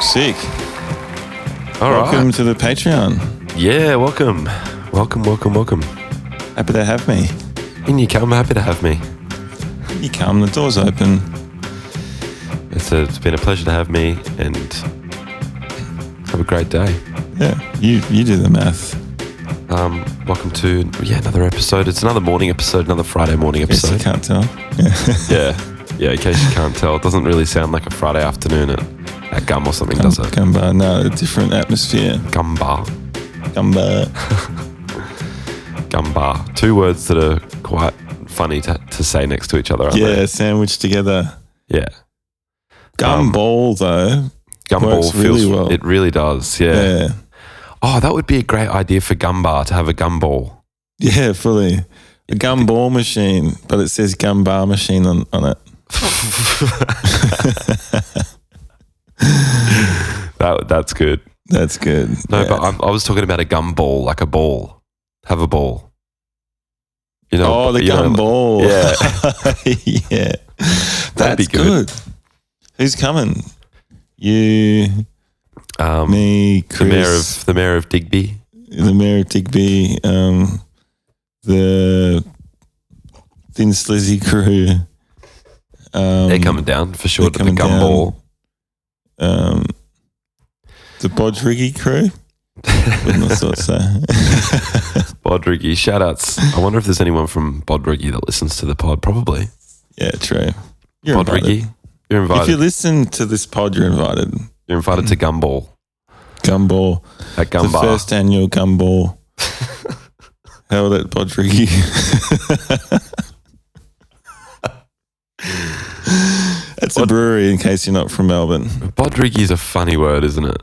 Sick. All right. Welcome to the Patreon. Yeah, welcome. Welcome, welcome, welcome. Happy to have me. In you come, happy to have me. You come, the door's open. It's, a, it's been a pleasure to have me and have a great day. Yeah, you, you do the math. Um, welcome to, yeah, another episode. It's another morning episode, another Friday morning Yes, you episode. can't tell. Yeah. Yeah. Yeah, in case you can't tell, it doesn't really sound like a Friday afternoon at, at Gum or something, does it? Gumba, no, a different atmosphere. Gum bar. Gumba. Gum bar. Two words that are quite funny to, to say next to each other, aren't Yeah, sandwiched together. they? Yeah. Um, Gumball, though. Gumball Works feels really well. It really does. yeah. Yeah. Oh, that would be a great idea for Gumbar to have a gumball. Yeah, fully. A gumball machine, but it says gumbar machine on, on it. That that's good. That's good. No, Yeah. but I'm, I was talking about a gumball, like a ball. Have a ball. You know. Oh, the you know, gumball. Yeah. yeah. That's be good. good. Who's coming? You, um, me, the Chris, mayor of the mayor of Digby. the mayor of Digby, um, the Thin Slizzy crew. Um, they're coming down for sure they're to coming the down. gumball. Um, the Bodriggy crew. Wouldn't have thought so. Bodriggy, shout outs. I wonder if there's anyone from Bodriggy that listens to the pod. Probably. yeah, true. You're invited. Bodriggy. You're If you invited. listen to this pod, you're invited. You're invited to gumball Gumball. at the Gumbar. first annual gumball held at Bodriggy. it's a brewery in case you're not from Melbourne. Bodriggy is a funny word, isn't it?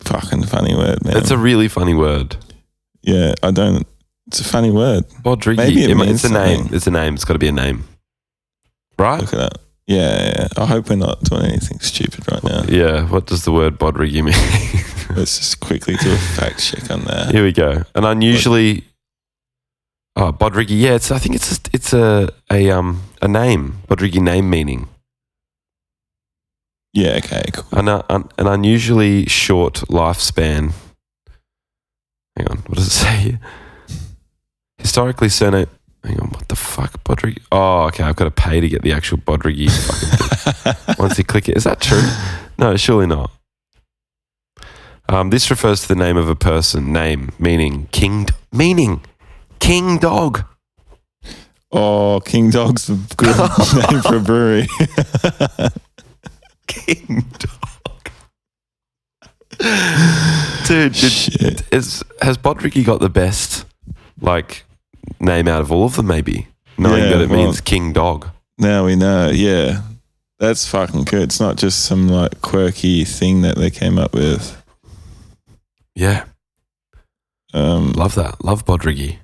Fucking funny word, man. It's a really funny word. yeah, I don't. It's a funny word. Bodriggy. Maybe it It ma- means it's a name. something. It's a name. It's got to be a name, right? Look it up. Yeah, yeah, yeah. I hope we're not doing anything stupid right now. Yeah. What does the word Bodriggy mean? Let's just quickly do a fact check on that. Here we go. An unusually. Oh, Bodriggy. Yeah, it's. I think it's. just- It's a a um a name. Bodriggy name meaning. Yeah, okay, cool. An uh, un, an unusually short lifespan. Hang on. What does it say? here? Historically, surname. Hang on. What the fuck, Bodriggy? Oh, okay. I've got to pay to get the actual Bodriggy. fucking thing. once you click it. Is that true? No, surely not. Um, this refers to the name of a person, name, meaning, king, d- meaning, king dog. oh, King Dog's a good name for a brewery. King dog. Dude, did, Shit. is, has Bodriggy got the best, like, name out of all of them, maybe? Knowing Yeah, that it well- means king dog. Now we know, yeah. That's fucking good. It's not just some like quirky thing that they came up with. Yeah, Um, love that. Love Bodriggy.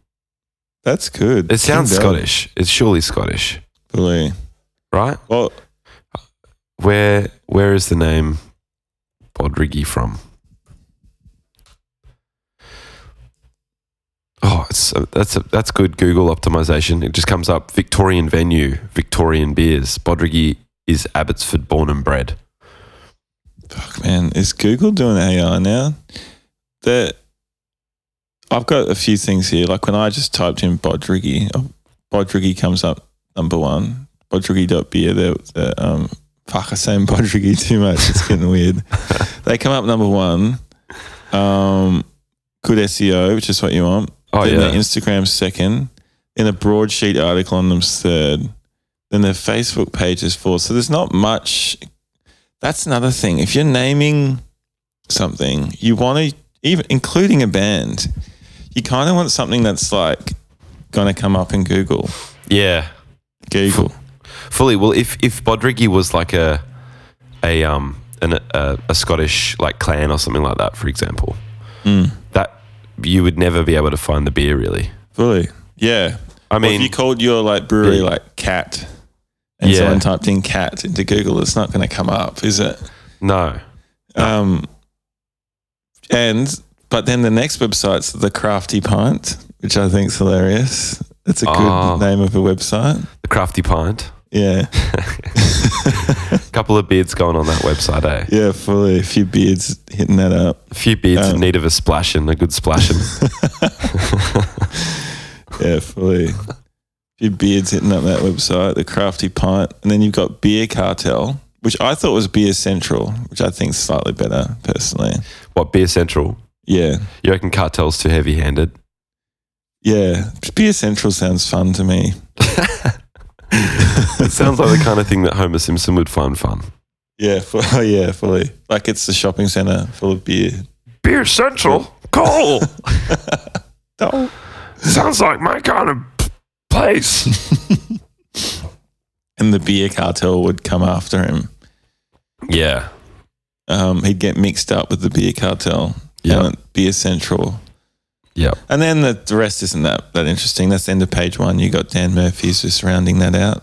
that's good. It sounds King Dog, Scottish. It's surely Scottish, Really. right? Well, Where where is the name Bodriggy from? Oh, it's that's a, that's good Google optimization. It just comes up Victorian venue, Victorian beers. Bodriggy is Abbotsford born and bred. fuck, man, is Google doing AI now? That I've got a few things here. Like when I just typed in Bodriggy, oh, Bodriggy comes up number one. Bodriggy.beer. They're, they're, um, fuck, I'm saying Bodriggy too much. It's getting weird. They come up number one. Um, good SEO, which is what you want. Oh then yeah, their Instagram's second, then a broadsheet article on them's third, then their Facebook page is fourth. So there's not much. That's another thing. If you're naming something, you want to even including a band, you kind of want something that's like going to come up in Google. yeah, Google. fully. Well, if if Bodriggy was like a a um an, a, a Scottish like clan or something like that, for example, Mm. that you would never be able to find the beer really. Fully. Yeah. I I mean, mean, if you called your like brewery Yeah. like cat, and Yeah. someone typed in cat into Google, it's not going to come up, is it? no. Um, and but then the next website's the Crafty Pint, which I think's hilarious. It's a good Oh. name of a website. The Crafty Pint. Yeah. couple of beards going on that website, eh? Yeah, fully. A few beards hitting that up. A few beards in Um, need of a splashing, a good splashing. Yeah, fully. A few beards hitting up that website, the crafty pint. And then you've got Beer Cartel, which I thought was Beer Central, which I think is slightly better personally. what, Beer Central? Yeah. You reckon cartel's too heavy handed? Yeah. Beer Central sounds fun to me. It sounds like the kind of thing that Homer Simpson would find fun. Yeah, fu- oh yeah, fully. Like it's the shopping center full of beer. Beer Central? Cool! Oh. sounds like my kind of place. And the beer cartel would come after him. Yeah. Um, he'd get mixed up with the beer cartel. Yeah. and Beer Central. Yeah. And then the, the rest isn't that, that interesting. That's the end of page one. You got Dan Murphy's just rounding that out.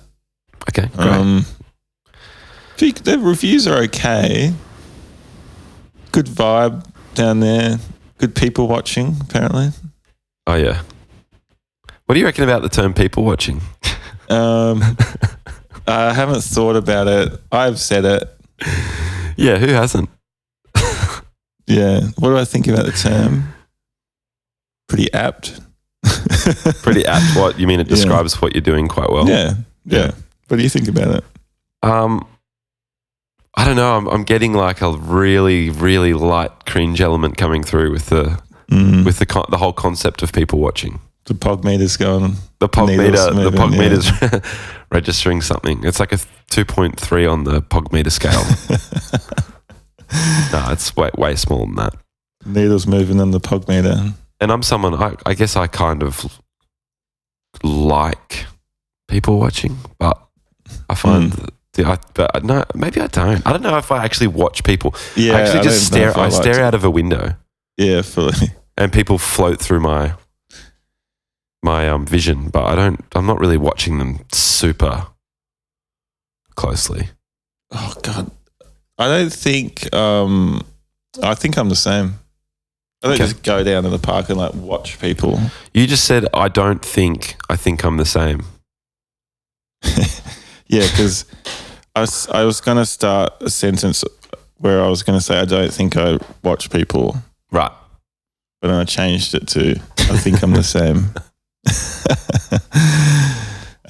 Okay, great. Um, gee, the reviews are okay. Good vibe down there. Good people watching, apparently. oh, yeah. What do you reckon about the term people watching? Um, I haven't thought about it. I've said it. Yeah, who hasn't? Yeah. What do I think about the term? Pretty apt. Pretty apt. What you mean? It Yeah. describes what you're doing quite well. Yeah. Yeah. What do you think about it? Um, I don't know. I'm, I'm getting like a really, really light cringe element coming through with the Mm. with the con- the whole concept of people watching. the pog meter's going. The pog Needles meter, the moving, pog yeah. meter's registering something. It's like a 2.3 on the pog meter scale. no, it's way way smaller than that. Needles moving on the pog meter. And I'm someone. I, I guess I kind of like people watching, but I find. Hmm. The, I, but no, maybe I don't. I don't know if I actually watch people. Yeah. I actually just don't know stare. if I, liked stare it. out of a window, Yeah, fully. and people float through my my um, vision, but I don't. I'm not really watching them super closely. Oh god. I don't think um I think I'm the same. I don't Okay. just go down to the park and like watch people. You just said I don't think. I think I'm the same. Yeah, because I was, I was going to start a sentence where I was going to say, I don't think I watch people, Right. but then I changed it to, I think I'm the same.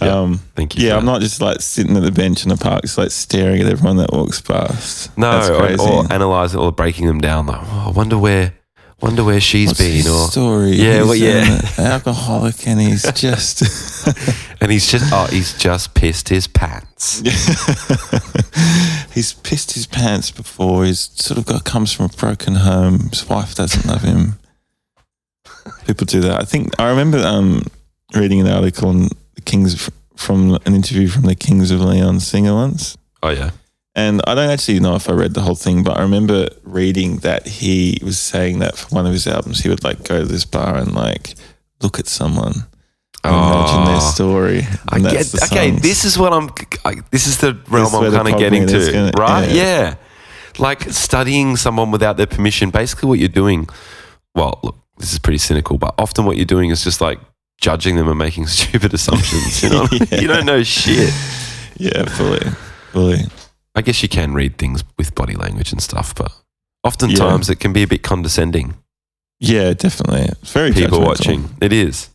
Yeah, um, Thank you. yeah, for I'm that. not just like sitting at the bench in the park, just like staring at everyone that walks past. That's No, crazy. or, or analyzing or breaking them down. Like, oh, I wonder where, wonder where she's What's been, his or story. Yeah, He's well, yeah. an alcoholic, and he's just and he's just, oh, he's just pissed his pants. he's pissed his pants before. He's sort of got comes from a broken home. His wife doesn't love him. People do that. I think I remember um, reading an article on the Kings from an interview from the Kings of Leon singer once, Oh yeah. and I don't actually know if I read the whole thing, but I remember reading that he was saying that for one of his albums, he would like go to this bar and like look at someone. and Imagine their Oh. story. I and get, that's the okay, songs. this is what I'm. I, this is the This realm is where I'm the kind of problem getting is to, gonna- right? yeah. Yeah. like studying someone without their permission. Basically, what you're doing. Well, look, this is pretty cynical, but often what you're doing is just like judging them and making stupid assumptions. You know, what I mean? Yeah. you don't know shit. yeah, fully, fully. I guess you can read things with body language and stuff, but oftentimes it can be a bit condescending. Yeah, definitely. It's very People judgmental. watching, it is.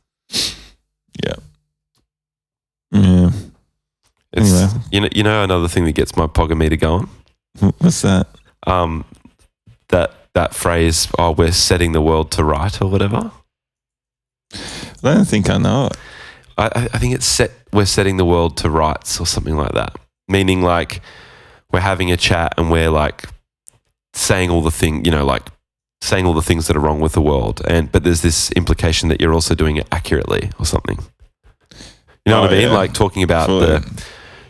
Yeah. It's Anyway. you know you know another thing that gets my pogometer going. Wh- What's that? um, that that phrase, "Oh, we're setting the world to right" or whatever. I don't think I know it. I, I I think it's set. We're setting the world to rights or something like that. Meaning, like we're having a chat and we're like saying all the thing, you know, like saying all the things that are wrong with the world. And but there's this implication that you're also doing it accurately or something. You know Oh, what I mean? yeah. Like talking about Fully. the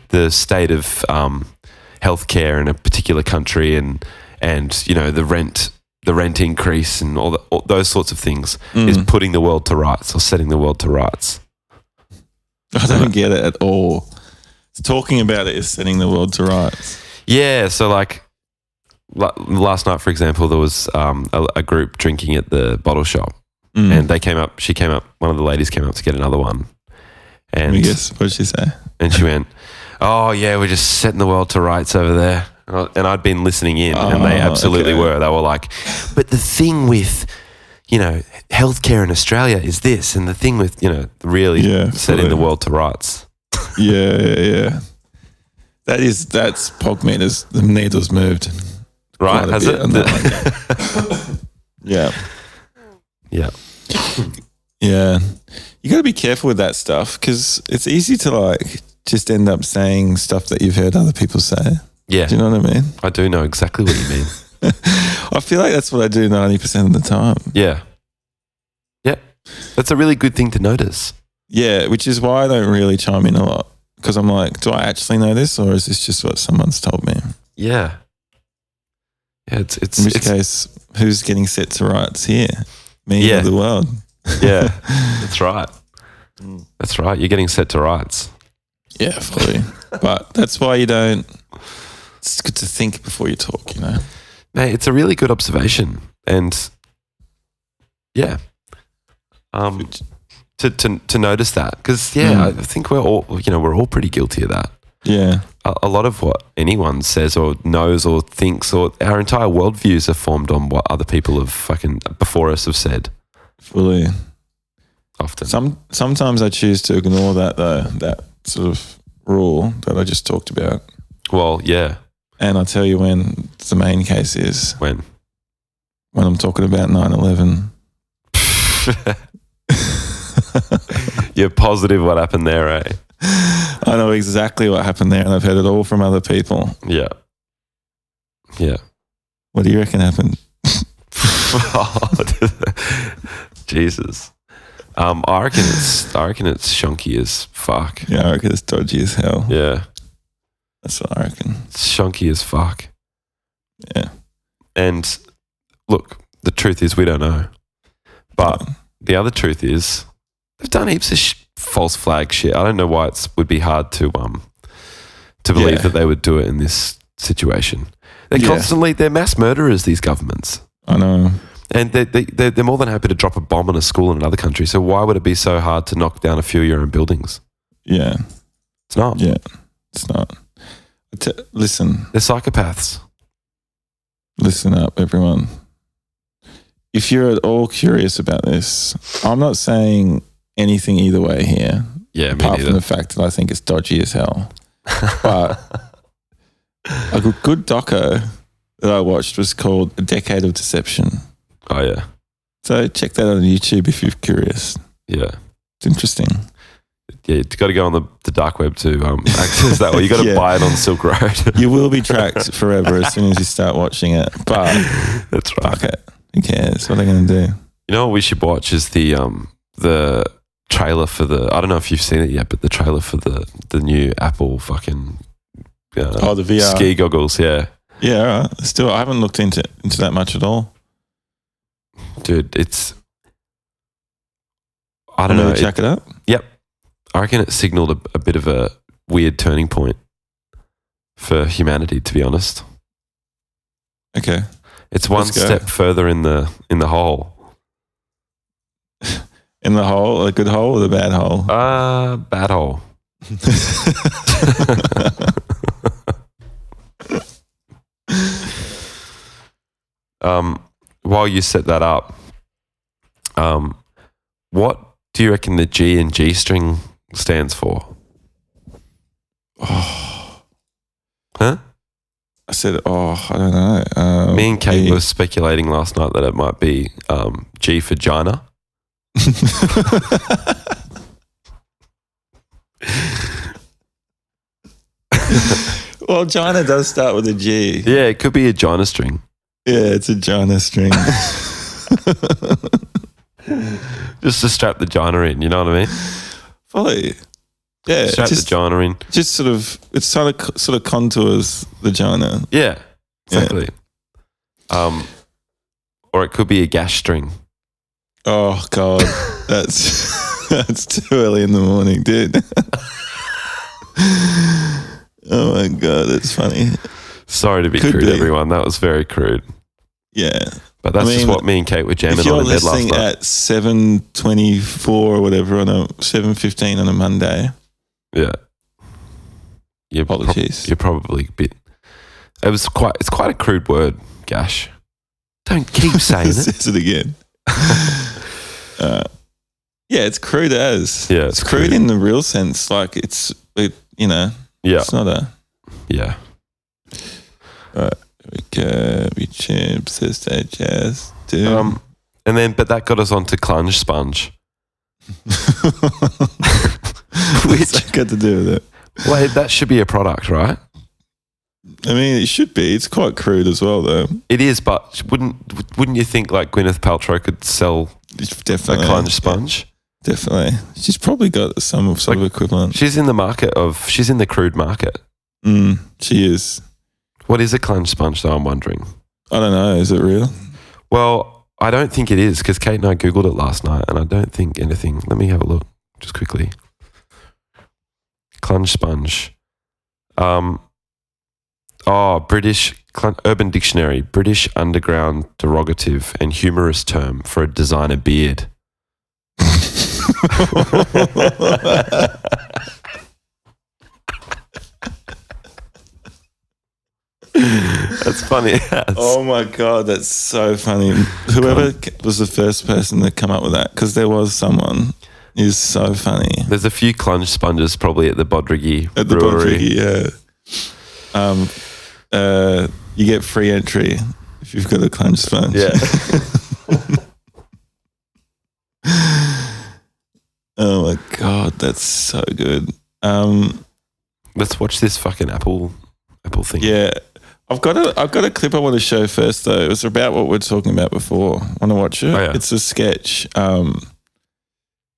the state of um, healthcare in a particular country and and you know the rent the rent increase and all, the, all those sorts of things is Mm. putting the world to rights or setting the world to rights. I don't get it at all. Talking about it is setting the world to rights. Yeah, so like la- last night, for example, there was um, a, a group drinking at the bottle shop, Mm. and they came up. She came up. One of the ladies came up to get another one, Let me and guess. What did she say? and she went, oh yeah, we're just setting the world to rights over there. And I- And I'd been listening in, and they Ah, absolutely okay. were. They were like, but the thing with, you know, healthcare in Australia is this, and the thing with, you know, really Yeah, setting absolutely. the world to rights. Yeah, yeah, yeah. That is that's Pog meters. The needle's moved. Right? Quite a Has bit it? on that one. yeah, yeah. yeah. You got to be careful with that stuff because it's easy to like just end up saying stuff that you've heard other people say. Yeah. Do you know what I mean? I do know exactly what you mean. I feel like that's what I do ninety percent of the time. Yeah. Yep. That's a really good thing to notice. Yeah, which is why I don't really chime in a lot because I'm like, do I actually know this or is this just what someone's told me? Yeah. Yeah, it's it's, In which it's- case, who's getting set to rights here? Me Yeah. or the world? yeah. That's right. That's right. You're getting set to rights. Yeah, fully. but that's why you don't. It's good to think before you talk, you know. Mate, it's a really good observation. And yeah. Um to, to, to notice that because yeah Mm. I think we're all you know we're all pretty guilty of that Yeah, a, a lot of what anyone says or knows or thinks or our entire worldviews are formed on what other people have fucking before us have said fully. often Some sometimes I choose to ignore that though, that sort of rule that I just talked about, well yeah and I'll tell you when the main case is when when I'm talking about 9/11. You're positive what happened there, eh? I know exactly what happened there, and I've heard it all from other people. Yeah. Yeah. What do you reckon happened? Jesus. Um, I reckon it's I reckon it's shonky as fuck. Yeah, I reckon it's dodgy as hell. Yeah. That's what I reckon. It's shonky as fuck. Yeah. And look, the truth is we don't know. But the other truth is they've done heaps of sh- false flag shit. I don't know why it would be hard to um to believe Yeah. that they would do it in this situation. They're Yeah. constantly they're mass murderers. These governments. I know. And they, they, they're, they're more than happy to drop a bomb on a school in another country. So why would it be so hard to knock down a few of your own buildings? Yeah, It's not. Yeah. it's not. T- listen, They're psychopaths. Listen up, everyone. If you're at all curious about this, I'm not saying anything either way here, Yeah, apart from the fact that I think it's dodgy as hell. but- A good, good doco that I watched was called A Decade of Deception. oh, yeah. So check that out on YouTube if you're curious. Yeah. It's interesting. Yeah, you got to go on the, the dark web to um, access that. Well, you got to Yeah. buy it on Silk Road. You will be tracked forever as soon as you start watching it, but That's right. fuck it. Who cares? What are they going to do? You know what we should watch is the um, the trailer for the. I don't know if you've seen it yet, but the trailer for the the new Apple fucking uh, Oh, the VR. ski goggles. Yeah, Yeah, all right. Let's do it. I haven't looked into, into that much at all. dude, it's. I I don't know. it- Check Uh, it up. I reckon it signaled a, a bit of a weird turning point for humanity. To be honest, Okay. it's one Let's go. step further in the in the hole. In the hole, a good hole or the bad hole? Uh, bad hole. Uh. um, while you set that up, um, what do you reckon the G and G string stands for? Huh? Oh. I said, oh, I don't know. Um, Me and Kate yeah. were speculating last night that it might be um, G for Gina. well, China does start with a G. Yeah, it could be a Gina string. Yeah, it's a China string. Just to strap the Gina in, you know what I mean? Fully. Yeah, strap just, the Gina in. just sort of, it's sort of, sort of contours the China. Yeah, Yeah. exactly. Um, or it could be a gash string. Oh god, that's that's too early in the morning, dude. oh my god, that's funny. Sorry to be Could crude, be. everyone. That was very crude. Yeah, But that's I just mean, what me and Kate were if jamming you're on in bed last listening night. at seven twenty-four or whatever on a seven fifteen on a Monday, yeah. You're prob- Apologies. you're probably a bit. It was quite. It's quite a crude word, Gash. Don't keep saying it. Says it again. uh, yeah, it's crude as. Yeah, it's, it's crude, crude. in the real sense. Like it's, it, you know, Yeah, it's not a yeah. Kirby chimp sister jazz. Dude. Um, and then, but that got us onto Clunge Sponge. What's that got to do with it? Wait, that should be a product, right? I mean, it should be. It's quite crude as well, though. It is, but wouldn't wouldn't you think like Gwyneth Paltrow could sell It's a definitely Clunge Sponge? Yeah, definitely. She's probably got some of sort of equivalent. She's in the market of. She's in the crude market. Mm, she is. What is a Clunge Sponge, though? I'm wondering. I don't know. Is it real? Well, I don't think it is because Kate and I googled it last night, and I don't think anything. Let me have a look just quickly. Clunge sponge. Um. Oh, British clun- Urban Dictionary, British underground derogative and humorous term for a designer beard. That's funny. Oh my god, that's so funny. Whoever c- was the first person to come up with that, because there was someone, is so funny There's a few clunge sponges probably at the Bodrigi at the brewery. Bodrigi. Yeah. Um, uh, you get free entry if you've got a clench sponge. Yeah. Oh my god, that's so good. Um, Let's watch this fucking apple apple thing. yeah. I've got a I've got a clip I want to show first though. It was about what we we're talking about before. Want to watch it? Oh, yeah. It's a sketch. Um,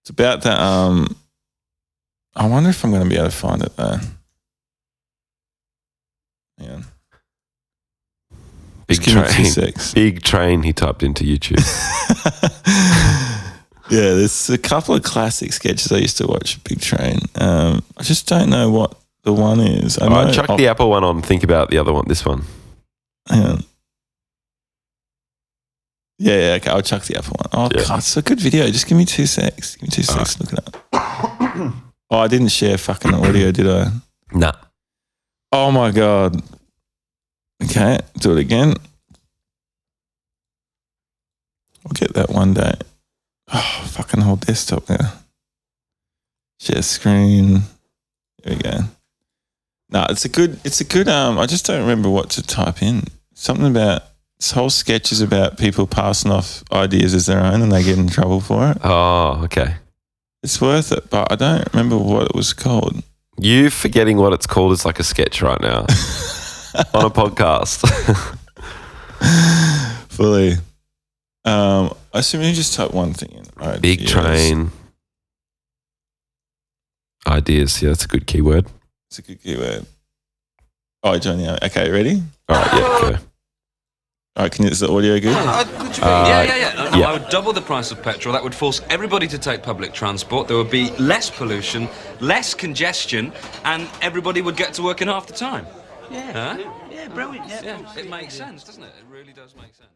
it's about that. Um, I wonder if I'm going to be able to find it though. Yeah, Big train. Big train he typed into YouTube. yeah, there's a couple of classic sketches I used to watch. Big Train. Um, I just don't know what the one is. I I know. Oh. chuck I'll- the Apple one on. Think about the other one. This one. hang on. Yeah, yeah, okay. I'll chuck the Apple one. Oh, Yeah. God, it's a good video. Just give me two secs. Give me two secs. to Look it up. oh, I didn't share fucking audio, did I? Nah. Oh, my God. Okay, do it again. I'll get that one day. Oh, fucking whole desktop now. Share screen. There we go. No, it's a good. It's a good. Um, I just don't remember what to type in. Something about this whole sketch is about people passing off ideas as their own and they get in trouble for it. Oh, okay. It's worth it, but I don't remember what it was called. You forgetting what it's called is like a sketch right now on a podcast. Fully. Um, I assume you just type one thing in. Alright, Big yes. train. Ideas. Yeah, that's a good keyword. It's a good keyword. Oh, Johnny. Okay, ready? All right. Yeah. Go. All right, can you, is the audio good? Uh, what do you mean? Uh, yeah, yeah, yeah. No, no, yeah. I would double the price of petrol. That would force everybody to take public transport. There would be less pollution, less congestion, and everybody would get to work in half the time. Yeah. Yeah, brilliant. Yeah, it makes sense, doesn't it? It really does make sense.